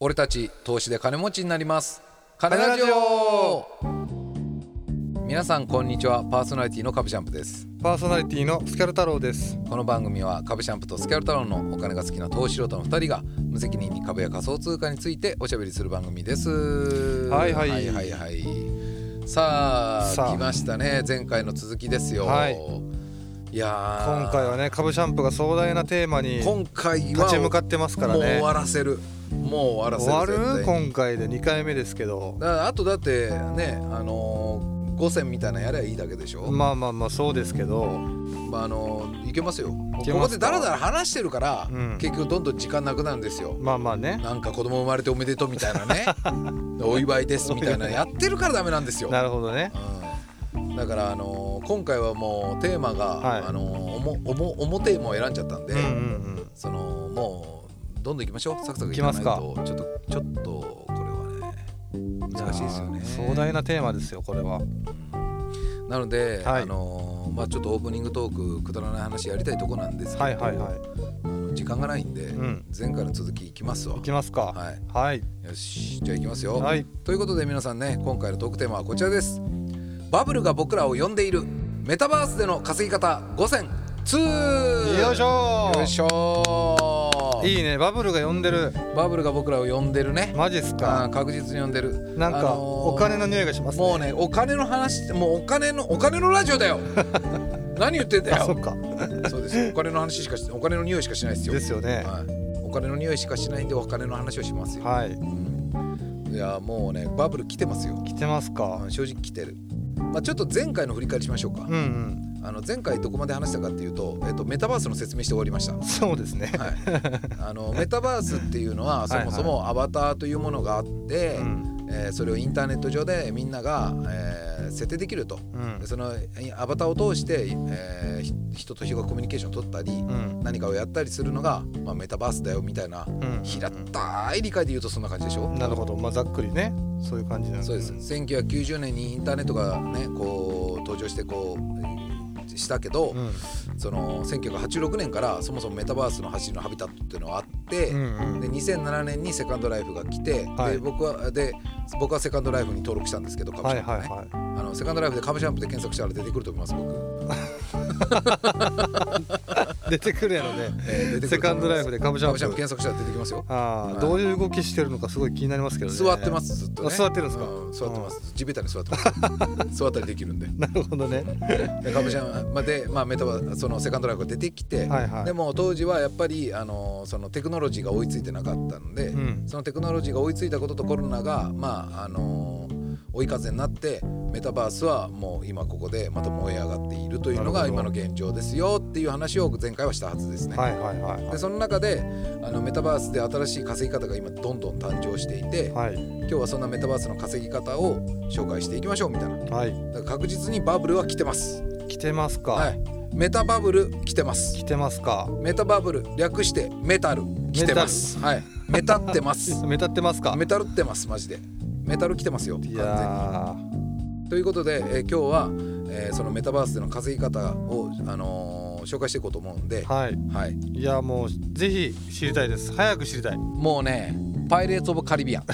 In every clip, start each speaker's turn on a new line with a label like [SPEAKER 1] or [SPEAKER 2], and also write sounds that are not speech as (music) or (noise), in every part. [SPEAKER 1] 俺たち投資で金持ちになります金ラジオ皆さんこんにちはパーソナリティのカブシャンプです
[SPEAKER 2] パーソナリティのスキャル太郎です。
[SPEAKER 1] この番組は株シャンプとスキャル太郎のお金が好きな投資素人の2人が無責任に株や仮想通貨についておしゃべりする番組です
[SPEAKER 2] はいはい
[SPEAKER 1] はいはいはいさあ
[SPEAKER 2] さあ
[SPEAKER 1] 来ましたね前回の続きですよ、
[SPEAKER 2] はい
[SPEAKER 1] いやー
[SPEAKER 2] 今回はね、株シャンプーが壮大なテーマに立
[SPEAKER 1] 今回は
[SPEAKER 2] ち向かってますから
[SPEAKER 1] もう終
[SPEAKER 2] ね。
[SPEAKER 1] わらせるもう終わらせ
[SPEAKER 2] 終
[SPEAKER 1] る
[SPEAKER 2] わる
[SPEAKER 1] 絶対に
[SPEAKER 2] 今回で2回目ですけど。
[SPEAKER 1] だからあとだってねあのー、5戦みたいなのやればいいだけでしょ、
[SPEAKER 2] まあまあまあそうですけど、
[SPEAKER 1] まあ、あのーいけますよ
[SPEAKER 2] けますか
[SPEAKER 1] ここでダラダラ話してるから、
[SPEAKER 2] うん
[SPEAKER 1] 結局どんどん時間なくなるんですよ
[SPEAKER 2] まあまあね。
[SPEAKER 1] なんか子供生まれておめでとうみたいな
[SPEAKER 2] (laughs)
[SPEAKER 1] ねお祝いですみたいなのやってるからダメなんですよ、
[SPEAKER 2] なるほどね。
[SPEAKER 1] うん、だからあのー今回はもうテーマが、
[SPEAKER 2] はい
[SPEAKER 1] あのーおもおも重テーマを選んじゃったんで、
[SPEAKER 2] うんうん
[SPEAKER 1] そのもうどんどん行きましょうサクサク
[SPEAKER 2] 行
[SPEAKER 1] い
[SPEAKER 2] き
[SPEAKER 1] かな
[SPEAKER 2] ま
[SPEAKER 1] いと
[SPEAKER 2] すか
[SPEAKER 1] ちょっとちょっとこれはね
[SPEAKER 2] うん。
[SPEAKER 1] 難しいですよね
[SPEAKER 2] やー壮大なテーマですよこれは。
[SPEAKER 1] なので、
[SPEAKER 2] はい
[SPEAKER 1] あのーまあ、ちょっとオープニングトークくだらない話やりたいとこなんですけど、
[SPEAKER 2] はいはいはい。
[SPEAKER 1] あの時間がないんで、
[SPEAKER 2] うん
[SPEAKER 1] 前回の続きいきますわ
[SPEAKER 2] いきますか。
[SPEAKER 1] はい
[SPEAKER 2] はい
[SPEAKER 1] よしじゃあいきますよ、
[SPEAKER 2] はい。
[SPEAKER 1] ということで皆さんね今回のトークテーマはこちらですバブルが僕らを呼んでいるメタバースでの稼ぎ方5選2
[SPEAKER 2] よいしょ
[SPEAKER 1] よいしょ
[SPEAKER 2] いいねバブルが呼んでる。
[SPEAKER 1] バブルが僕らを呼んでるね
[SPEAKER 2] マジっす
[SPEAKER 1] あ
[SPEAKER 2] か
[SPEAKER 1] ー。確実に呼んでる
[SPEAKER 2] なん
[SPEAKER 1] あ
[SPEAKER 2] か
[SPEAKER 1] のー
[SPEAKER 2] お金の匂いがしますね。
[SPEAKER 1] もうねお金の話もうお金のお金のラジオだ
[SPEAKER 2] (laughs)
[SPEAKER 1] よ何言ってんだ
[SPEAKER 2] あ
[SPEAKER 1] よ
[SPEAKER 2] そっか。
[SPEAKER 1] そうですよお金の話しかしお金の匂いしかしないですよ
[SPEAKER 2] ですよね。
[SPEAKER 1] はい、お金の匂いしかしないんでお金の話をしますよ、
[SPEAKER 2] はい。
[SPEAKER 1] うんいやもうねバブル来てますよ
[SPEAKER 2] 来てますか
[SPEAKER 1] うん。正直来てる、まあ、ちょっと前回の振り返りしましょうか、
[SPEAKER 2] うん
[SPEAKER 1] あの前回どこまで話したかっていうと、えっと、メタバースの説明して終わりました
[SPEAKER 2] (laughs) うん。そうですね。
[SPEAKER 1] はい、あのメタバースっていうのはそもそもアバターというものがあって、
[SPEAKER 2] うん
[SPEAKER 1] えーそれをインターネット上でみんなが、えー設定できると
[SPEAKER 2] うん
[SPEAKER 1] で。そのえアバターを通して、えーひ人と人がコミュニケーションを取ったり、
[SPEAKER 2] うん。
[SPEAKER 1] 何かをやったりするのが、まあ、メタバースだよみたいな
[SPEAKER 2] うん
[SPEAKER 1] 平たい理解で言うとそんな感じでしょ、
[SPEAKER 2] なるほど、まあ、ざっくりねそういう感じなん
[SPEAKER 1] そうです1990年にインターネットがねこう登場してこうえーしたけど、
[SPEAKER 2] うん
[SPEAKER 1] その1986年からそもそもメタバースの走りのハビタットっていうのはあって、
[SPEAKER 2] うんう
[SPEAKER 1] で
[SPEAKER 2] ん
[SPEAKER 1] 2007年にセカンドライフが来て、
[SPEAKER 2] はい
[SPEAKER 1] で僕はで僕はセカンドライフに登録したんですけどカブ
[SPEAKER 2] は
[SPEAKER 1] シ
[SPEAKER 2] い
[SPEAKER 1] ャンプ、
[SPEAKER 2] は
[SPEAKER 1] ね
[SPEAKER 2] いはい
[SPEAKER 1] あのセカンドライフでカブシャンプで検索したら出てくると思います僕、
[SPEAKER 2] 出てくるやろね
[SPEAKER 1] えー出てくる
[SPEAKER 2] セ
[SPEAKER 1] と
[SPEAKER 2] カン
[SPEAKER 1] 思います
[SPEAKER 2] ドライフでカブシャ
[SPEAKER 1] カ
[SPEAKER 2] ン
[SPEAKER 1] ブシャンプ
[SPEAKER 2] プ
[SPEAKER 1] 検索したら出てきますよ
[SPEAKER 2] あ
[SPEAKER 1] は
[SPEAKER 2] あ
[SPEAKER 1] い
[SPEAKER 2] どういう動きしてるのかすごい気になりますけどね
[SPEAKER 1] 座ってますすずっと、
[SPEAKER 2] あ
[SPEAKER 1] ね、
[SPEAKER 2] 座ってるんですか
[SPEAKER 1] う座ってます地べたに座ってます
[SPEAKER 2] (laughs)
[SPEAKER 1] 座ったりできるんで
[SPEAKER 2] なるほどね
[SPEAKER 1] でカブシャンまあで、まあ、メタバースそのセカンドライフが出てきて、
[SPEAKER 2] はいはい
[SPEAKER 1] でも当時はやっぱりあのそのテクノロジーが追いついてなかったので、
[SPEAKER 2] うん
[SPEAKER 1] そのテクノロジーが追いついたこととコロナがまああの追い風になってメタバースはもう今ここでまた燃え上がっているというの
[SPEAKER 2] な
[SPEAKER 1] が
[SPEAKER 2] るほ
[SPEAKER 1] 今
[SPEAKER 2] ど
[SPEAKER 1] の現状ですよっていう話を前回はしたはずですね。
[SPEAKER 2] はいはいはい
[SPEAKER 1] でその中であのメタバースで新しい稼ぎ方が今どんどん誕生していて、
[SPEAKER 2] はい
[SPEAKER 1] 今日はそんなメタバースの稼ぎ方を紹介していきましょうみたいなだ
[SPEAKER 2] はいは
[SPEAKER 1] から確実にバブルは来てます
[SPEAKER 2] い来てますか、
[SPEAKER 1] はいメタバブル来てます
[SPEAKER 2] 来てますか
[SPEAKER 1] メタバブル略してメタル来てますはいメタってます
[SPEAKER 2] 目立ってますか
[SPEAKER 1] メタルってますマジでメタル来てますよ完
[SPEAKER 2] い
[SPEAKER 1] 全に
[SPEAKER 2] や
[SPEAKER 1] ということで、えー今日は、えーそのメタバースでの稼ぎ方を、あのー紹介していこうと思うんで、
[SPEAKER 2] ーはい
[SPEAKER 1] はい、
[SPEAKER 2] いやもうぜひ知りたいです早く知りたい
[SPEAKER 1] もうねパイレーツ・オブ・カリ
[SPEAKER 2] (laughs)
[SPEAKER 1] ビアン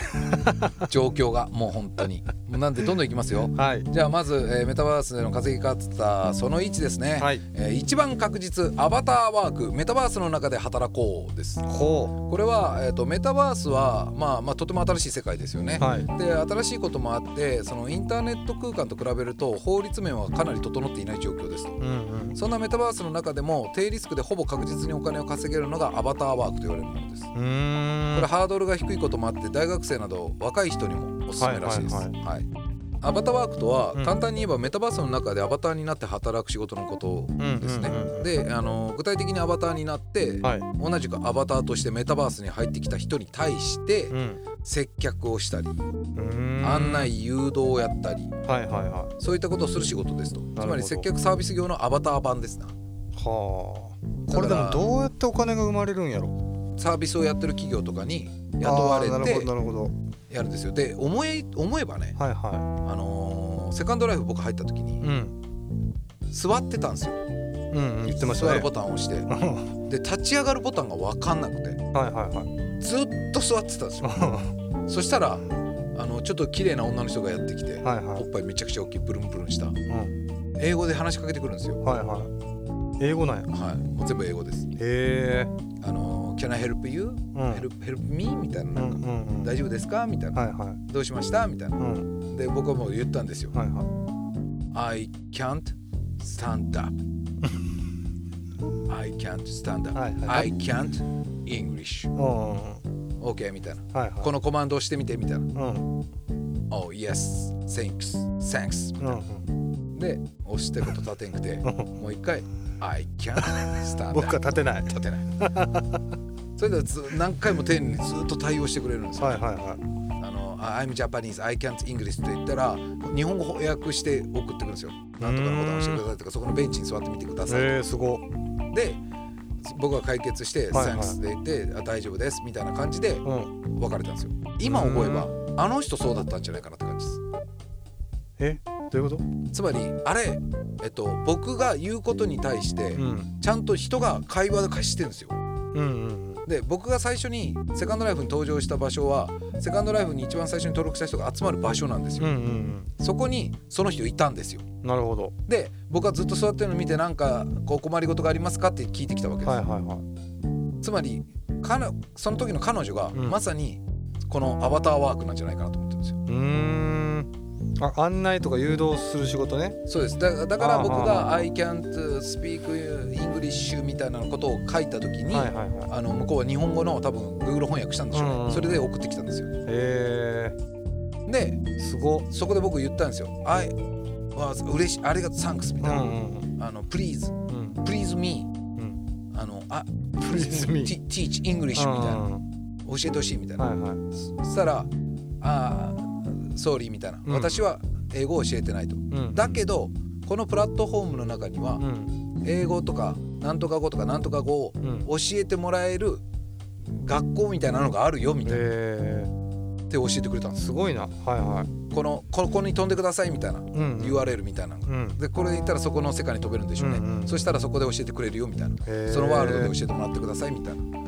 [SPEAKER 1] 状況がもう本当になんでどんどんいきますよ
[SPEAKER 2] はい
[SPEAKER 1] じゃあまず、えーメタバースでの稼ぎ方その1ですね、
[SPEAKER 2] はい
[SPEAKER 1] えー一番確実アバターワークメタバースの中で働こうです
[SPEAKER 2] こ
[SPEAKER 1] これは、えー、とメタバースは、まあ、まあとても新しい世界ですよね、
[SPEAKER 2] うはい
[SPEAKER 1] で新しいこともあってそのインターネット空間と比べると法律面はかなり整っていない状況ですと
[SPEAKER 2] うんうん
[SPEAKER 1] そんなメタバースの中でも低リスクでほぼ確実にお金を稼げるのがアバターワークと言われるものです
[SPEAKER 2] うーん
[SPEAKER 1] これハードルが低いこともあって大学生など若い人にもおすすめらしいです。
[SPEAKER 2] は
[SPEAKER 1] はいい
[SPEAKER 2] は
[SPEAKER 1] アバターワークとは、
[SPEAKER 2] うん
[SPEAKER 1] 簡単に言えばメタバースの中でアバターになって働く仕事のことですね。
[SPEAKER 2] うんうんうんうん
[SPEAKER 1] であの具体的にアバターになって、
[SPEAKER 2] はい
[SPEAKER 1] 同じくアバターとしてメタバースに入ってきた人に対して
[SPEAKER 2] うん
[SPEAKER 1] 接客をしたり、
[SPEAKER 2] うーん
[SPEAKER 1] 案内誘導をやったり
[SPEAKER 2] はいはいはい
[SPEAKER 1] そういったことをする仕事ですと
[SPEAKER 2] ど
[SPEAKER 1] つまり接客サービス業のアバター版ですな
[SPEAKER 2] はあこ
[SPEAKER 1] だか
[SPEAKER 2] れでも
[SPEAKER 1] ら
[SPEAKER 2] どうやってお金が生まれるんやろ
[SPEAKER 1] サービスをやってる企業とかに雇われ
[SPEAKER 2] あーなるほど
[SPEAKER 1] て
[SPEAKER 2] なるほど
[SPEAKER 1] やるんですよで思え思えばね
[SPEAKER 2] はいは
[SPEAKER 1] あのーセカンドライフ僕入った時
[SPEAKER 2] い
[SPEAKER 1] に
[SPEAKER 2] うん
[SPEAKER 1] 座ってたんですよ
[SPEAKER 2] うんうんうん言ってました
[SPEAKER 1] 座
[SPEAKER 2] ね
[SPEAKER 1] るボタンを押して
[SPEAKER 2] は
[SPEAKER 1] で立ち上がるボタンが分かんなくて
[SPEAKER 2] いはい (laughs) はい
[SPEAKER 1] ずっと座ってたんですよそしたらあのちょっと綺麗な女の人がやってきて、
[SPEAKER 2] はいは
[SPEAKER 1] お
[SPEAKER 2] い
[SPEAKER 1] っぱいめちゃくちゃ大きいプルンプルンした
[SPEAKER 2] うん
[SPEAKER 1] 英語で話しかけてくるんですよ
[SPEAKER 2] はいはい英語なんや
[SPEAKER 1] はいもう全部英語です
[SPEAKER 2] へえ
[SPEAKER 1] あの「Can I help you?、
[SPEAKER 2] うん
[SPEAKER 1] help, help me?」みたいな
[SPEAKER 2] う
[SPEAKER 1] なん
[SPEAKER 2] ん
[SPEAKER 1] か、
[SPEAKER 2] うんうん
[SPEAKER 1] 大丈夫ですか?」みたいな、
[SPEAKER 2] はいはい
[SPEAKER 1] どうしました?」みたいな
[SPEAKER 2] うん
[SPEAKER 1] で僕はもう言ったんですよ
[SPEAKER 2] はいはい
[SPEAKER 1] 「I can't stand up」「I can't stand up」
[SPEAKER 2] はいは
[SPEAKER 1] I
[SPEAKER 2] い
[SPEAKER 1] can't English」
[SPEAKER 2] うんうんうん
[SPEAKER 1] OK みたいな
[SPEAKER 2] はいはい
[SPEAKER 1] このコマンドをしてみてみたいな
[SPEAKER 2] うん
[SPEAKER 1] 「Oh yes thanks thanks
[SPEAKER 2] うんうん」
[SPEAKER 1] で押してこと立てんく
[SPEAKER 2] (laughs)
[SPEAKER 1] てもう一回「I can't stand
[SPEAKER 2] 僕は
[SPEAKER 1] up
[SPEAKER 2] 立てない」
[SPEAKER 1] 立てない (laughs) それでず何回も丁寧にずっと対応してくれるんですよ
[SPEAKER 2] はいはいはい
[SPEAKER 1] あの「あ I'm Japanese I can't English」って言ったら日本語翻訳して送ってくるんですよ。なんとかのボタンを押してくださいとかそこのベンチに座ってみてくださいとか、
[SPEAKER 2] えー、すごっ
[SPEAKER 1] で僕が解決して「
[SPEAKER 2] はいはい
[SPEAKER 1] Thanks」で言ってあ「大丈夫です」みたいな感じで
[SPEAKER 2] うん
[SPEAKER 1] 別れたんですよ。今思えばあの人そうだったんじゃないかなって感じです。
[SPEAKER 2] えどういうこと
[SPEAKER 1] つまりあれ、えっと、僕が言うことに対して
[SPEAKER 2] うん
[SPEAKER 1] ちゃんと人が会話で貸してるんですよ。
[SPEAKER 2] うんうん
[SPEAKER 1] で僕が最初にセカンドライフに登場した場所はセカンドライフに一番最初に登録した人が集まる場所なんです
[SPEAKER 2] うんう
[SPEAKER 1] よ。
[SPEAKER 2] ん
[SPEAKER 1] そこにその人いたんですよ。
[SPEAKER 2] うんなるほど
[SPEAKER 1] で僕はずっと座ってるの見てなんかこう困りごとがありますかって聞いてきたわけです、
[SPEAKER 2] はいはいはい
[SPEAKER 1] つまりかのその時の彼女が
[SPEAKER 2] うん
[SPEAKER 1] まさにこのアバターワークなんじゃないかなと思ってるんですよ
[SPEAKER 2] うーんあ案内とか誘導する仕事ね
[SPEAKER 1] そうですだだから僕
[SPEAKER 2] あ
[SPEAKER 1] が「I can't speak English」みたいなことを書いた時に、
[SPEAKER 2] はいはいはい
[SPEAKER 1] あの向こうは日本語の多分 Google 翻訳したんでしょうね、
[SPEAKER 2] うんうん
[SPEAKER 1] それで送ってきたんですよ
[SPEAKER 2] へえ
[SPEAKER 1] です
[SPEAKER 2] ごっ
[SPEAKER 1] そこで僕言ったんですよ「I は嬉しいありがとうサンクス」み
[SPEAKER 2] う
[SPEAKER 1] たいな「
[SPEAKER 2] ん
[SPEAKER 1] あの Please
[SPEAKER 2] うんうん
[SPEAKER 1] please me
[SPEAKER 2] うん」
[SPEAKER 1] あの「あ
[SPEAKER 2] (laughs) Please me
[SPEAKER 1] te- teach English」みたいな
[SPEAKER 2] うん
[SPEAKER 1] 教えてほしいみたいな、
[SPEAKER 2] はいはい
[SPEAKER 1] そしたら「ああ総理」みたいな、
[SPEAKER 2] うん
[SPEAKER 1] 私は英語を教えてないと
[SPEAKER 2] うん
[SPEAKER 1] だけどこのプラットフォームの中には
[SPEAKER 2] うん
[SPEAKER 1] 英語とかなんとか語とかなんとか語を
[SPEAKER 2] うん
[SPEAKER 1] 教えてもらえる学校みたいなのがあるよみたいなっ
[SPEAKER 2] へ
[SPEAKER 1] て教えてくれたん
[SPEAKER 2] え
[SPEAKER 1] です
[SPEAKER 2] すごいなはいはい
[SPEAKER 1] このここに飛んでくださいみたいな
[SPEAKER 2] うん
[SPEAKER 1] URL みたいなのが
[SPEAKER 2] うん
[SPEAKER 1] でこれで言ったらそこの世界に飛べるんでしょうね、
[SPEAKER 2] うんうん
[SPEAKER 1] そしたらそこで教えてくれるよみたいな
[SPEAKER 2] へー
[SPEAKER 1] そのワールドで教えてもらってくださいみたいな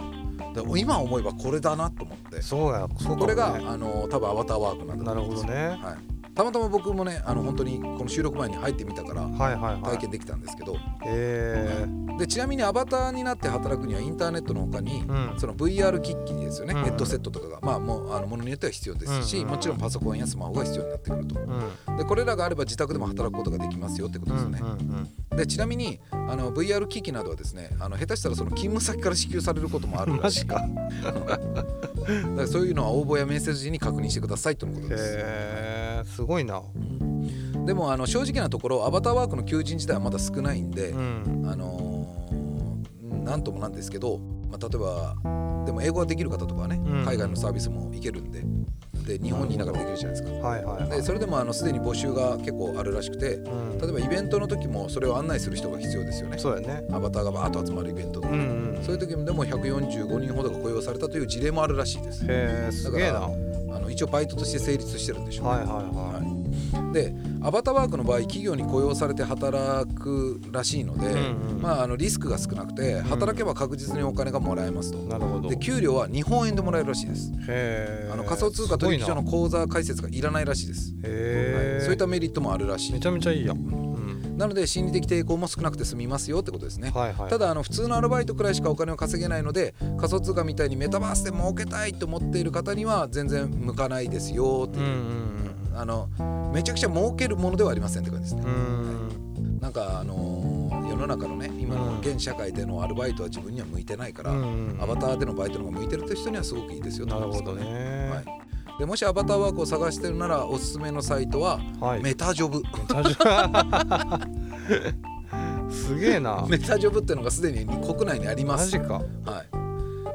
[SPEAKER 1] で今思えばこれだなと思って
[SPEAKER 2] そうやそうかもね
[SPEAKER 1] これが、あの多分アバターワークなんだ
[SPEAKER 2] な
[SPEAKER 1] と
[SPEAKER 2] る
[SPEAKER 1] 思うん
[SPEAKER 2] ほ
[SPEAKER 1] で
[SPEAKER 2] ど
[SPEAKER 1] すよ、
[SPEAKER 2] ね
[SPEAKER 1] はい、たまたま僕もねあの本当にこの収録前に入ってみたから
[SPEAKER 2] はいはいは
[SPEAKER 1] 体
[SPEAKER 2] い
[SPEAKER 1] 験できたんですけど、
[SPEAKER 2] へえ
[SPEAKER 1] でちなみにアバターになって働くにはインターネットの他に、
[SPEAKER 2] うん
[SPEAKER 1] その VR 機器ですよね、
[SPEAKER 2] うんうん
[SPEAKER 1] ヘッドセットとかがまあもうあのものによっては必要ですし、
[SPEAKER 2] うんうん
[SPEAKER 1] もちろんパソコンやスマホが必要になってくると
[SPEAKER 2] うん
[SPEAKER 1] でこれらがあれば自宅でも働くことができますよってことですね、
[SPEAKER 2] うんうんうん
[SPEAKER 1] でちなみにあの VR 機器などはですねあの下手したらその勤務先から支給されることもあるら
[SPEAKER 2] (laughs) マ
[SPEAKER 1] しい
[SPEAKER 2] ジか
[SPEAKER 1] だからそういうのは応募や面接時に確認してくださいとのことです、
[SPEAKER 2] へえすごいな
[SPEAKER 1] でもあの正直なところアバターワークの求人自体はまだ少ないんで
[SPEAKER 2] う、ん
[SPEAKER 1] あのーなんともなんですけど、まあ、例えばでも英語ができる方とかはね、
[SPEAKER 2] うん
[SPEAKER 1] 海外のサービスも行けるんでで日本にいながらできるじゃないですか
[SPEAKER 2] はいはいはい
[SPEAKER 1] でそれでもあのすでに募集が結構あるらしくて
[SPEAKER 2] うん
[SPEAKER 1] 例えばイベントの時もそれを案内する人が必要ですよね
[SPEAKER 2] そうやね
[SPEAKER 1] アバターがバーッと集まるイベントとか、
[SPEAKER 2] うんうん
[SPEAKER 1] そういう時でも145人ほどが雇用されたという事例もあるらしいです。
[SPEAKER 2] へえすげえな
[SPEAKER 1] だか
[SPEAKER 2] は
[SPEAKER 1] あの一応バイトとして成立してるんでし
[SPEAKER 2] い
[SPEAKER 1] ょうね。
[SPEAKER 2] はいは
[SPEAKER 1] はいでアバターワークの場合企業に雇用されて働くらしいので、
[SPEAKER 2] うんうん
[SPEAKER 1] まあ、あのリスクが少なくて働けば確実にお金がもらえますと。
[SPEAKER 2] いなるほど
[SPEAKER 1] で給料は日本円でもらえるらしいです。
[SPEAKER 2] へえ
[SPEAKER 1] あの仮想通貨取引所の
[SPEAKER 2] へ
[SPEAKER 1] 口座開設がいらないらしいです。は
[SPEAKER 2] え
[SPEAKER 1] いそういったメリットもあるらし
[SPEAKER 2] め
[SPEAKER 1] い。
[SPEAKER 2] ちゃめちゃいいやんうん
[SPEAKER 1] なので心理的抵抗も少なくて済みますよってことですね。
[SPEAKER 2] はいはい
[SPEAKER 1] ただあの普通のアルバイトくらいしかお金を稼げないので仮想通貨みたいにメタバースで儲けたいと思っている方には全然向かないですよって
[SPEAKER 2] うん
[SPEAKER 1] いうう、
[SPEAKER 2] ん
[SPEAKER 1] あのめちゃくちゃ儲けるものではありませんって感じです
[SPEAKER 2] う
[SPEAKER 1] ね。
[SPEAKER 2] んうん
[SPEAKER 1] なんかあのー世の中のね今
[SPEAKER 2] う
[SPEAKER 1] の
[SPEAKER 2] ん
[SPEAKER 1] 現社会でのアルバイトは自分には向いてないから、
[SPEAKER 2] うんうん
[SPEAKER 1] アバターでのバイトの方が向いてるって人にはすごくいいですよって
[SPEAKER 2] なる
[SPEAKER 1] ことです
[SPEAKER 2] ほ
[SPEAKER 1] か
[SPEAKER 2] ど
[SPEAKER 1] ね。
[SPEAKER 2] ね
[SPEAKER 1] はい、でもしアバターワークを探してるならおすすめのサイトは、
[SPEAKER 2] はい
[SPEAKER 1] メタジョブ
[SPEAKER 2] タジョ (laughs) すげえな
[SPEAKER 1] (laughs) メタジョブっていうのがすでに国内にありま
[SPEAKER 2] マ
[SPEAKER 1] す
[SPEAKER 2] ジか
[SPEAKER 1] はい、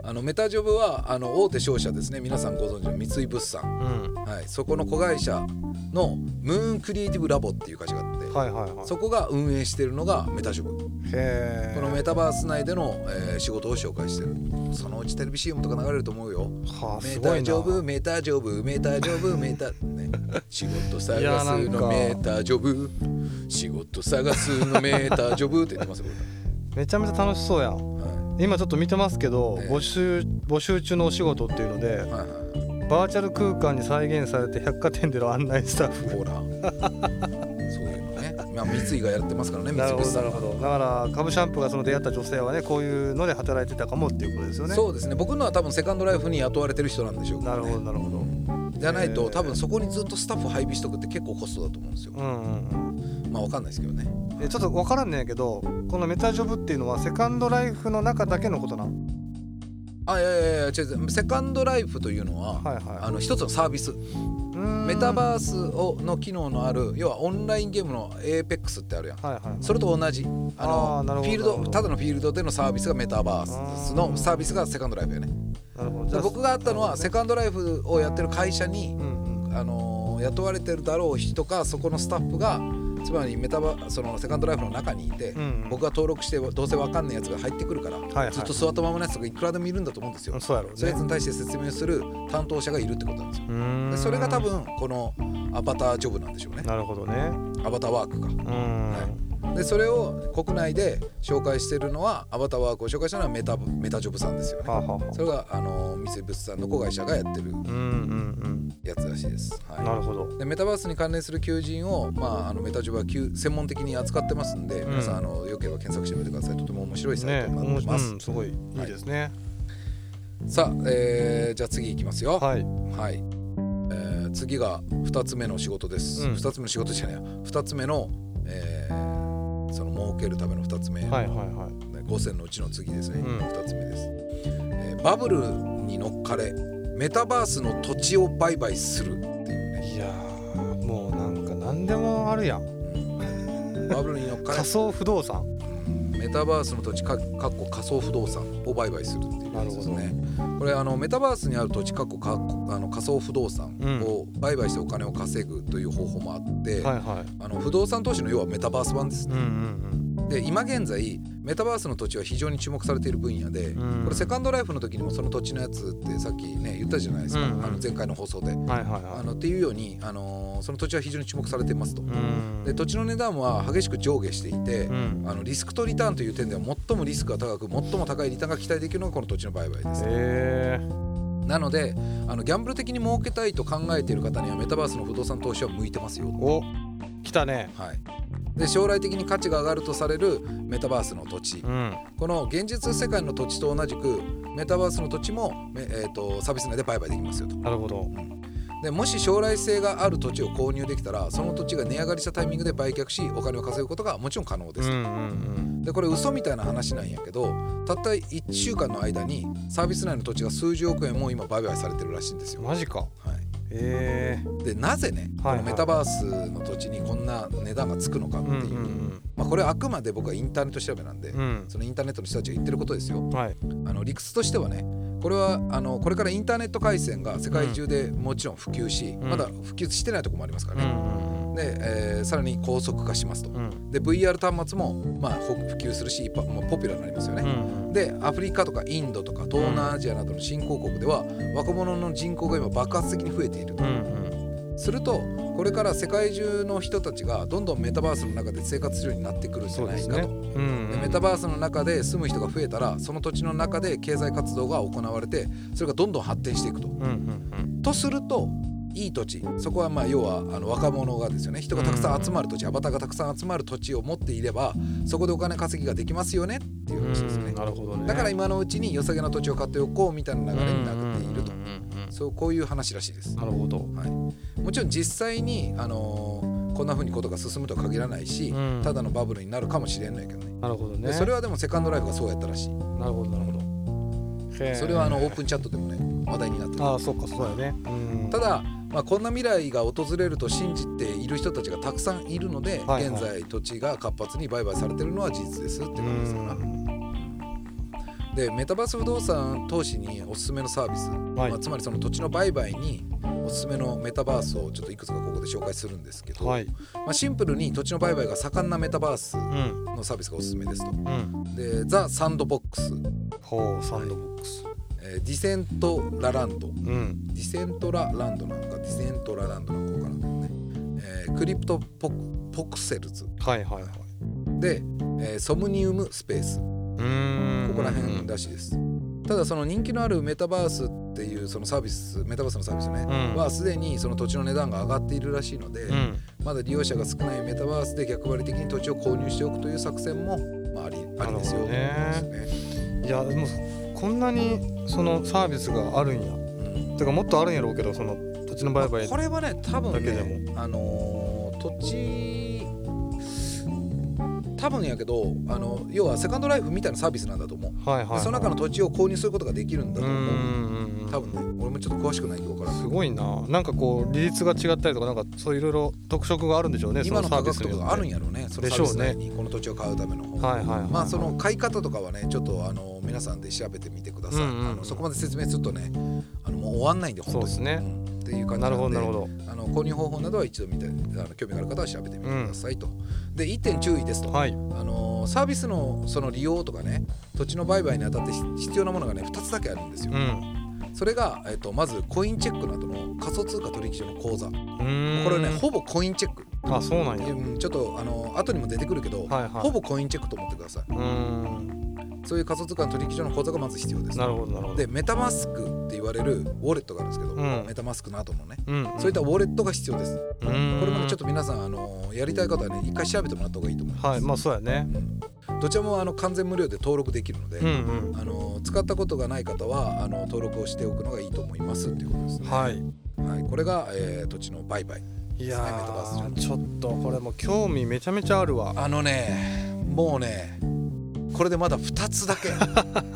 [SPEAKER 1] あのメタジョブはあの大手商社ですね皆さんご存知の三井物産、
[SPEAKER 2] うん
[SPEAKER 1] はい、そこの子会社のムーンクリエイティブラボっていう会社があって、
[SPEAKER 2] はいはいはい
[SPEAKER 1] そこが運営しているのがメタジョブ
[SPEAKER 2] へえ
[SPEAKER 1] このメタバース内での、えー仕事を紹介してるそのうちテレビ CM とか流れると思うよ
[SPEAKER 2] はあ
[SPEAKER 1] メ
[SPEAKER 2] すご
[SPEAKER 1] タ
[SPEAKER 2] い
[SPEAKER 1] ジ
[SPEAKER 2] な
[SPEAKER 1] ョブメタジョブメタジョブメタ、ね、仕事探
[SPEAKER 2] いやな
[SPEAKER 1] す
[SPEAKER 2] ん
[SPEAKER 1] の
[SPEAKER 2] か (laughs)
[SPEAKER 1] メタジョブ仕事探すのメタジョブって言ってますよ僕
[SPEAKER 2] めちゃめちゃ楽しそうやん
[SPEAKER 1] は
[SPEAKER 2] 今ちょっと見てますけど、
[SPEAKER 1] ええ
[SPEAKER 2] 募集募集中のお仕事っていうので
[SPEAKER 1] いはいは
[SPEAKER 2] バーチャル空間に再現されて百貨店での案内スタッ
[SPEAKER 1] (laughs)
[SPEAKER 2] フ
[SPEAKER 1] いほらそういうのねまあ三井がやってますからね
[SPEAKER 2] な
[SPEAKER 1] 三
[SPEAKER 2] る
[SPEAKER 1] 井
[SPEAKER 2] ほ
[SPEAKER 1] 物
[SPEAKER 2] どな
[SPEAKER 1] 産
[SPEAKER 2] るほどだから株シャンプーがその出会った女性はねこういうので働いてたかもっていうことですよね
[SPEAKER 1] そうですね僕のは多分セカンドライフに雇われてる人なんでしょうけ
[SPEAKER 2] な
[SPEAKER 1] ど
[SPEAKER 2] るほどなるほど
[SPEAKER 1] じゃない
[SPEAKER 2] え
[SPEAKER 1] と
[SPEAKER 2] ー
[SPEAKER 1] 多分そこにずっとスタッフ配備しとくって結構コストだと思うんですよ
[SPEAKER 2] うんうんうん
[SPEAKER 1] まあわかんないですけどね
[SPEAKER 2] えちょっと分からんねんけどこのメタジョブっていうのはセカンドライフの中だけのことなん
[SPEAKER 1] あいやいやいや違う違うセカンドライフというのは、
[SPEAKER 2] はいはい
[SPEAKER 1] あの一つのサービス
[SPEAKER 2] うーん
[SPEAKER 1] メタバースをの機能のある要はオンラインゲームの APEX ってあるやん
[SPEAKER 2] はいはい
[SPEAKER 1] それと同じあの
[SPEAKER 2] あーなるほ
[SPEAKER 1] フ
[SPEAKER 2] ど
[SPEAKER 1] ィール
[SPEAKER 2] なるほ
[SPEAKER 1] ド
[SPEAKER 2] ど
[SPEAKER 1] ただのフィールドでのサービスがメタバース
[SPEAKER 2] あ
[SPEAKER 1] の
[SPEAKER 2] ー
[SPEAKER 1] サービスがセカンドライフやね
[SPEAKER 2] なるほど
[SPEAKER 1] で
[SPEAKER 2] じゃあ
[SPEAKER 1] 僕があったのはセカンドライフをやってる会社に
[SPEAKER 2] う、んうん
[SPEAKER 1] あのー雇われてるだろう人かそこのスタッフがつまりメタバそのセカンドライフの中にいて、
[SPEAKER 2] うんうん
[SPEAKER 1] 僕が登録してどうせわかんないやつが入ってくるから、
[SPEAKER 2] はい
[SPEAKER 1] ずっと座ったままのやつがいくらでもいるんだと思うんですよ、
[SPEAKER 2] そうやろう
[SPEAKER 1] そういう
[SPEAKER 2] ね
[SPEAKER 1] やつに対して説明する担当者がいるってことなんですよ
[SPEAKER 2] うー
[SPEAKER 1] で
[SPEAKER 2] ん
[SPEAKER 1] それが多分このアバタージョブなんでしょうね
[SPEAKER 2] なるほどね
[SPEAKER 1] アバターワークか
[SPEAKER 2] うーん、
[SPEAKER 1] はでそれを国内で紹介してるのはアバターワークを紹介したのはメタメタジョブさんですよね
[SPEAKER 2] はあはあはあ
[SPEAKER 1] それがあの三井物産の子会社がやってる
[SPEAKER 2] うんうん
[SPEAKER 1] やつらしいです、
[SPEAKER 2] うんな
[SPEAKER 1] は
[SPEAKER 2] るほど
[SPEAKER 1] い、でメタバースに関連する求人を、まあ、あのメタジョブは求専門的に扱ってますんで、
[SPEAKER 2] うん
[SPEAKER 1] 皆さんあのよければ検索してみてくださいとても面白いサイ
[SPEAKER 2] ね
[SPEAKER 1] トになって
[SPEAKER 2] う
[SPEAKER 1] ます、
[SPEAKER 2] んすごいいいですね
[SPEAKER 1] さあ、えーじゃあ次いきますよは
[SPEAKER 2] はい
[SPEAKER 1] い、えー次が2つ目の仕事です、
[SPEAKER 2] うん
[SPEAKER 1] 二2つ目の仕事じゃないや2つ目の、えーその儲けるための2つ目、
[SPEAKER 2] はいはいはい
[SPEAKER 1] 5選のうちの次ですね、
[SPEAKER 2] うん
[SPEAKER 1] 2つ目です、えーバブルに乗っかれメタバースの土地を売買するっていうね、
[SPEAKER 2] いやーもうなんか何でもあるやん
[SPEAKER 1] うんバブルに乗っ
[SPEAKER 2] (laughs)
[SPEAKER 1] かれ
[SPEAKER 2] 仮想不動産
[SPEAKER 1] メタバースの土地かかっこ仮想不動産を売買するっていうやつです
[SPEAKER 2] な
[SPEAKER 1] ねこれあのメタバースにある土地かっこかあの仮想不動産を売買してお金を稼ぐという方法もあって、
[SPEAKER 2] はいは
[SPEAKER 1] あの不動産投資の要はメタバース版です
[SPEAKER 2] いうんうん
[SPEAKER 1] で今現在メタバースの土地は非常に注目されている分野で、
[SPEAKER 2] うん
[SPEAKER 1] これセカンドライフの時にもその土地のやつってさっきね言ったじゃないですか、
[SPEAKER 2] うんうん
[SPEAKER 1] あの前回の放送で。
[SPEAKER 2] うんはいはい
[SPEAKER 1] あ
[SPEAKER 2] はい
[SPEAKER 1] のっていうように、あのーその土地は非常に注目されていますと。
[SPEAKER 2] うん
[SPEAKER 1] で土地の値段は激しく上下していて、
[SPEAKER 2] うん
[SPEAKER 1] あのリスクとリターンという点では最もリスクが高く最も高いリターンが期待できるのがこの土地の売買です。
[SPEAKER 2] え
[SPEAKER 1] なのであのギャンブル的に儲けたいと考えている方にはメタバースの不動産投資は向いてますよ。
[SPEAKER 2] ー、お来たね
[SPEAKER 1] はい、で将来的に価値が上がるとされるメタバースの土地、
[SPEAKER 2] うん
[SPEAKER 1] この現実世界の土地と同じくメタバースの土地も、めえー、とサービス内で売買できますよと。
[SPEAKER 2] なるほど
[SPEAKER 1] でもし将来性がある土地を購入できたらその土地が値上がりしたタイミングで売却しお金を稼ぐことがもちろん可能ですと、
[SPEAKER 2] うんうん
[SPEAKER 1] でこれ嘘みたいな話なんやけどたった1週間の間にサービス内の土地が数十億円も今売買されてるらしいんです
[SPEAKER 2] うん
[SPEAKER 1] よ。は
[SPEAKER 2] マジか
[SPEAKER 1] い、
[SPEAKER 2] ええ
[SPEAKER 1] でなぜね、
[SPEAKER 2] はいはい
[SPEAKER 1] このメタバースの土地にこんな値段がつくのかって
[SPEAKER 2] ー、うん
[SPEAKER 1] いう、まあ、これはあくまで僕はインターネット調べなんで、
[SPEAKER 2] うんうん
[SPEAKER 1] そのインターネットの人たちが言ってることですよ。
[SPEAKER 2] うんはい
[SPEAKER 1] あの理屈としてはねこれはあのこれからインターネット回線が世界中でもちろん普及し、
[SPEAKER 2] ん
[SPEAKER 1] まだ普及してないところもありますか
[SPEAKER 2] うん
[SPEAKER 1] らね、で、えーさらに高速化しますと、
[SPEAKER 2] うんうん
[SPEAKER 1] で VR 端末も、まあ、ほ普及するし一般もうポピュラーになりますよ
[SPEAKER 2] うんう
[SPEAKER 1] ね、
[SPEAKER 2] ん
[SPEAKER 1] でアフリカとかインドとか東南アジアなどの新興国では若者の人口が今爆発的に増えている
[SPEAKER 2] う
[SPEAKER 1] と、
[SPEAKER 2] ん
[SPEAKER 1] するとこれから世界中の人たちがどんどんメタバースの中で生活するようになってくるんじ
[SPEAKER 2] そ
[SPEAKER 1] ゃ
[SPEAKER 2] う
[SPEAKER 1] な
[SPEAKER 2] で
[SPEAKER 1] い
[SPEAKER 2] す
[SPEAKER 1] か
[SPEAKER 2] ね
[SPEAKER 1] と。
[SPEAKER 2] うん
[SPEAKER 1] でメタバースの中で住む人が増えたらその土地の中で経済活動が行われてそれがどんどん発展していくと。
[SPEAKER 2] うんうん
[SPEAKER 1] とするといい土地そこはまあ要はあの若者がですよね人がたくさん集まる土地アバターがたくさん集まる土地を持っていればそこでお金稼ぎができますよねっていううん話ですね
[SPEAKER 2] うん。なるほどね
[SPEAKER 1] だから今のうちに良さげな土地を買っておこうみたいな流れになっていると
[SPEAKER 2] うんうんうんうん
[SPEAKER 1] そうこういう話らしいです。
[SPEAKER 2] なるほど
[SPEAKER 1] はい、もちろん実際に、あのーこんな風にことが進むとは限らないし、
[SPEAKER 2] うん
[SPEAKER 1] ただのバブルになるかもしれないけどね
[SPEAKER 2] なるほど
[SPEAKER 1] で
[SPEAKER 2] ね
[SPEAKER 1] それはでもセカンドライフがそうやったらしい。
[SPEAKER 2] なるほどなるほどへー
[SPEAKER 1] それはあのオープンチャットでもね話題になってた
[SPEAKER 2] ああそうかそうだよねうん
[SPEAKER 1] ただ、まあ、こんな未来が訪れると信じている人たちがたくさんいるので、
[SPEAKER 2] はいはい
[SPEAKER 1] 現在土地が活発に売買されてるのは事実ですって
[SPEAKER 2] う
[SPEAKER 1] 感じですから
[SPEAKER 2] ん
[SPEAKER 1] でメタバース不動産投資におすすめのサービス、
[SPEAKER 2] はい
[SPEAKER 1] まあ、つまりその土地の売買におすすめのメタバースをちょっといくつかここで紹介するんですけど、
[SPEAKER 2] はい
[SPEAKER 1] まあ、シンプルに土地の売買が盛んなメタバース
[SPEAKER 2] うん
[SPEAKER 1] のサービスがおすすめですと。
[SPEAKER 2] うん
[SPEAKER 1] でザ・サンドボックス、
[SPEAKER 2] ほうサンドボックス
[SPEAKER 1] えーディセント・ラランド
[SPEAKER 2] うん
[SPEAKER 1] ディセントラランドなのかディセントラランドなのかわからんけどね、えークリプトポクポクセルズ
[SPEAKER 2] はいはいはい
[SPEAKER 1] で、えーソムニウムスペース
[SPEAKER 2] ん
[SPEAKER 1] ここら辺らしいです。ただその人気のあるメタバースっていうそのサービスメタバースのサービスね、
[SPEAKER 2] うん
[SPEAKER 1] はすでにその土地の値段が上がっているらしいので、
[SPEAKER 2] うん
[SPEAKER 1] まだ利用者が少ないメタバースで逆張り的に土地を購入しておくという作戦も、まあ、ありありですよ
[SPEAKER 2] なるほど
[SPEAKER 1] ね
[SPEAKER 2] いやでもこんなにそのサービスがあるんや
[SPEAKER 1] うん
[SPEAKER 2] てかもっとあるんやろうけどその土地の売買
[SPEAKER 1] これはね多分
[SPEAKER 2] だけ
[SPEAKER 1] ね
[SPEAKER 2] で
[SPEAKER 1] あのー土地多分やけどあの要はセカンドライフみたいなサービスなんだと思う、
[SPEAKER 2] はいはい
[SPEAKER 1] でその中の土地を購入することができるんだ
[SPEAKER 2] う
[SPEAKER 1] と
[SPEAKER 2] ん
[SPEAKER 1] 思う、
[SPEAKER 2] うんうん
[SPEAKER 1] 多分ね俺もちょっと詳しくないけど分からんけ
[SPEAKER 2] す
[SPEAKER 1] ど
[SPEAKER 2] ごいななんかこう利率が違ったりとかなんかそういろいろ特色があるんでしょうね
[SPEAKER 1] 今の
[SPEAKER 2] その
[SPEAKER 1] 価
[SPEAKER 2] サービス
[SPEAKER 1] 格とかがあるん
[SPEAKER 2] や
[SPEAKER 1] やろうねその
[SPEAKER 2] で
[SPEAKER 1] サ
[SPEAKER 2] し
[SPEAKER 1] ー
[SPEAKER 2] ょ
[SPEAKER 1] ビ
[SPEAKER 2] うね
[SPEAKER 1] ス内にこの土地を買うための方法
[SPEAKER 2] はいはいはい
[SPEAKER 1] まあその買い方とかはねちょっとあの皆さんで調べてみてください、
[SPEAKER 2] うんうんうん
[SPEAKER 1] あのそこまで説明するとねあのもう終わんないんで本当に
[SPEAKER 2] そうですね
[SPEAKER 1] んっていう感じな
[SPEAKER 2] なる
[SPEAKER 1] の
[SPEAKER 2] ほど
[SPEAKER 1] で
[SPEAKER 2] なるほど
[SPEAKER 1] あの購入方法などは一度見てあの興味がある方は調べてみてくださいと、で1点注意ですと、
[SPEAKER 2] はい
[SPEAKER 1] あのサービスのその利用とかね土地の売買にあたってひ必要なものがね2つだけあるんですよ、
[SPEAKER 2] うん
[SPEAKER 1] それが、えっとまずコインチェックなどの仮想通貨取引所の口座こ
[SPEAKER 2] うん
[SPEAKER 1] れねほぼコインチェック
[SPEAKER 2] あそうなんや
[SPEAKER 1] うんちょっとあの後にも出てくるけど、
[SPEAKER 2] はいはい
[SPEAKER 1] ほぼコインチェックと思ってください
[SPEAKER 2] うん
[SPEAKER 1] そういう仮想通貨の取引所の口座がまず必要です
[SPEAKER 2] なるほどなるほど
[SPEAKER 1] でメタマスクって言われるウォレットがあるんですけど、
[SPEAKER 2] うん
[SPEAKER 1] メタマスクの後のね
[SPEAKER 2] うん
[SPEAKER 1] そういったウォレットが必要です、
[SPEAKER 2] これ
[SPEAKER 1] これもねちょっと皆さんあのやりたい方はね一回調べてもらった方がいいと思います、
[SPEAKER 2] はいまあそうやね
[SPEAKER 1] どちらもあの完全無料で登録できるので、
[SPEAKER 2] うんうん
[SPEAKER 1] あの使ったことがない方はあの登録をしておくのがいいと思いますっていうことですね、
[SPEAKER 2] はい
[SPEAKER 1] はい、これが、えー土地の売買
[SPEAKER 2] いや
[SPEAKER 1] メタバース
[SPEAKER 2] ーちょっとこれもう興味めちゃめちゃあるわ
[SPEAKER 1] あのねもうねこれでまだ2つ
[SPEAKER 2] (laughs)
[SPEAKER 1] だけ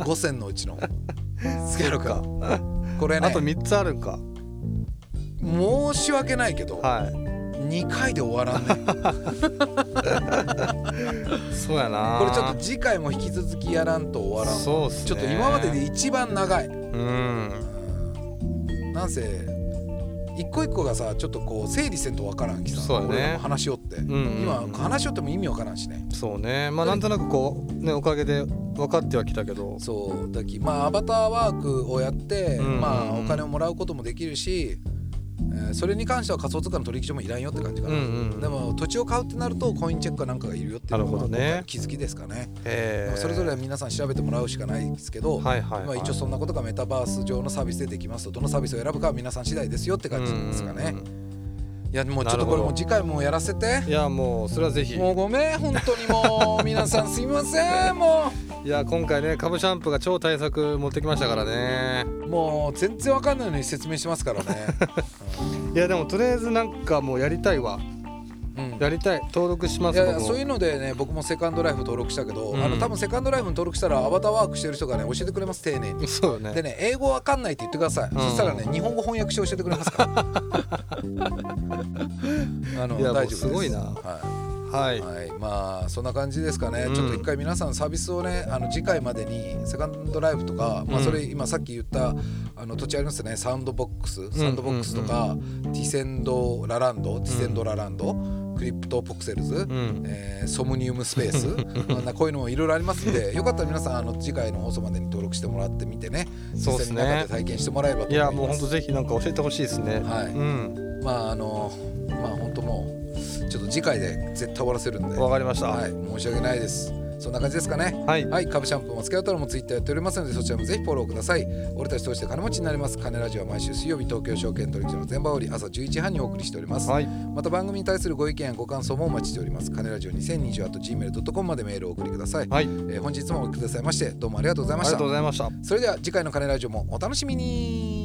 [SPEAKER 1] 5000のうちのつけるかこれ
[SPEAKER 2] あと
[SPEAKER 1] ね
[SPEAKER 2] 3つあるんか
[SPEAKER 1] 申し訳ないけど、
[SPEAKER 2] は
[SPEAKER 1] 2回で終わらん
[SPEAKER 2] (laughs)
[SPEAKER 1] ね
[SPEAKER 2] いそうやな
[SPEAKER 1] これちょっと次回も引き続きやらんと終わらん
[SPEAKER 2] そうっすね
[SPEAKER 1] ちょっと今までで一番長い
[SPEAKER 2] うん
[SPEAKER 1] うんなんせ一個一個がさちょっとこう整理せんとわからんきさ
[SPEAKER 2] そうやね
[SPEAKER 1] 俺らも話しよって、
[SPEAKER 2] うんうん
[SPEAKER 1] 今話しよっても意味わからんしね
[SPEAKER 2] そうねまあなんとなくこうねおかげで分かってはきたけど
[SPEAKER 1] そうだきまあアバターワークをやって、
[SPEAKER 2] うんうんうん
[SPEAKER 1] まあ、お金をもらうこともできるし、えーそれに関しては仮想通貨の取引所もいらんよって感じかな、
[SPEAKER 2] うんうん
[SPEAKER 1] でも土地を買うってなるとコインチェックかなんかがいるよっていうの
[SPEAKER 2] なる
[SPEAKER 1] が、
[SPEAKER 2] ほどね
[SPEAKER 1] 今回気づきですかね、
[SPEAKER 2] えー
[SPEAKER 1] それぞれは皆さん調べてもらうしかないですけど、
[SPEAKER 2] はいはい、
[SPEAKER 1] まあ、
[SPEAKER 2] はい、
[SPEAKER 1] 一応そんなことがメタバース上のサービスでできますとどのサービスを選ぶかは皆さん次第ですよって感じですかね、
[SPEAKER 2] うんうん
[SPEAKER 1] いやもうちょっとこれもう次回もやらせて
[SPEAKER 2] うんいやもうそれはぜひ
[SPEAKER 1] もうごめん本当にもう皆さんすいませんも
[SPEAKER 2] いや今回ね株シャンプーが超対策持ってきましたからね
[SPEAKER 1] うもう全然わかんないのに説明してますから
[SPEAKER 2] (laughs)
[SPEAKER 1] ね、
[SPEAKER 2] いやでもとりあえずなんかもうやりたいわ
[SPEAKER 1] うん、
[SPEAKER 2] やりたい登録しま
[SPEAKER 1] い
[SPEAKER 2] す
[SPEAKER 1] やいや
[SPEAKER 2] 僕も
[SPEAKER 1] そういうのでね僕もセカンドライフ登録したけど、
[SPEAKER 2] うん
[SPEAKER 1] あの多分セカンドライフに登録したらアバターワークしてる人がね教えてくれます丁寧に。
[SPEAKER 2] (laughs) そうよね
[SPEAKER 1] でね英語わかんないって言ってください、
[SPEAKER 2] ん
[SPEAKER 1] そしたらね日本語翻訳して教えてくれますから
[SPEAKER 2] (laughs)
[SPEAKER 1] あの
[SPEAKER 2] いやもう
[SPEAKER 1] 大丈夫です
[SPEAKER 2] すごいな
[SPEAKER 1] は、
[SPEAKER 2] はいい、
[SPEAKER 1] はい、まあそんな感じですかね、
[SPEAKER 2] うん
[SPEAKER 1] ちょっと一回皆さんサービスをねあの次回までにセカンドライフとか、まあ、
[SPEAKER 2] うん
[SPEAKER 1] それ今さっき言ったあの土地ありますねサウンドボックスサウンドボックスとか、ティセンドラランドティセンドラランド、クリプトポクセルズ、
[SPEAKER 2] うん
[SPEAKER 1] えーソムニウムスペース
[SPEAKER 2] (laughs)
[SPEAKER 1] まあなこういうのもいろいろありますんでよかったら皆さんあの次回の放送までに登録してもらってみてね
[SPEAKER 2] そうっす
[SPEAKER 1] 実際
[SPEAKER 2] ね
[SPEAKER 1] に中で体験してもらえればと
[SPEAKER 2] い
[SPEAKER 1] 思います
[SPEAKER 2] やもうほんとぜひなんか教えてほしいですね
[SPEAKER 1] はい
[SPEAKER 2] うん
[SPEAKER 1] まああのまあ本当もうちょっと次回で絶対終わらせるんで
[SPEAKER 2] わかりました
[SPEAKER 1] は
[SPEAKER 2] はいい、
[SPEAKER 1] 申し訳ないですそんな感じですかねはい、株シャンプーも付き合ったらもツイッターやっておりますのでそちらもぜひフォローください俺たち通して金持ちになります金ラジオは毎週水曜日東京証券取引所の全場より朝11時半にお送りしております
[SPEAKER 2] はい
[SPEAKER 1] また番組に対するご意見やご感想もお待ちしております。カネラジオ2020 at gmail.com までメールをお送りください。
[SPEAKER 2] はい、あり
[SPEAKER 1] えー本日もお送りくださいましてどうもありがとうございまし
[SPEAKER 2] が
[SPEAKER 1] た
[SPEAKER 2] とう。ございました
[SPEAKER 1] それでは次回のカネラジオもお楽しみに。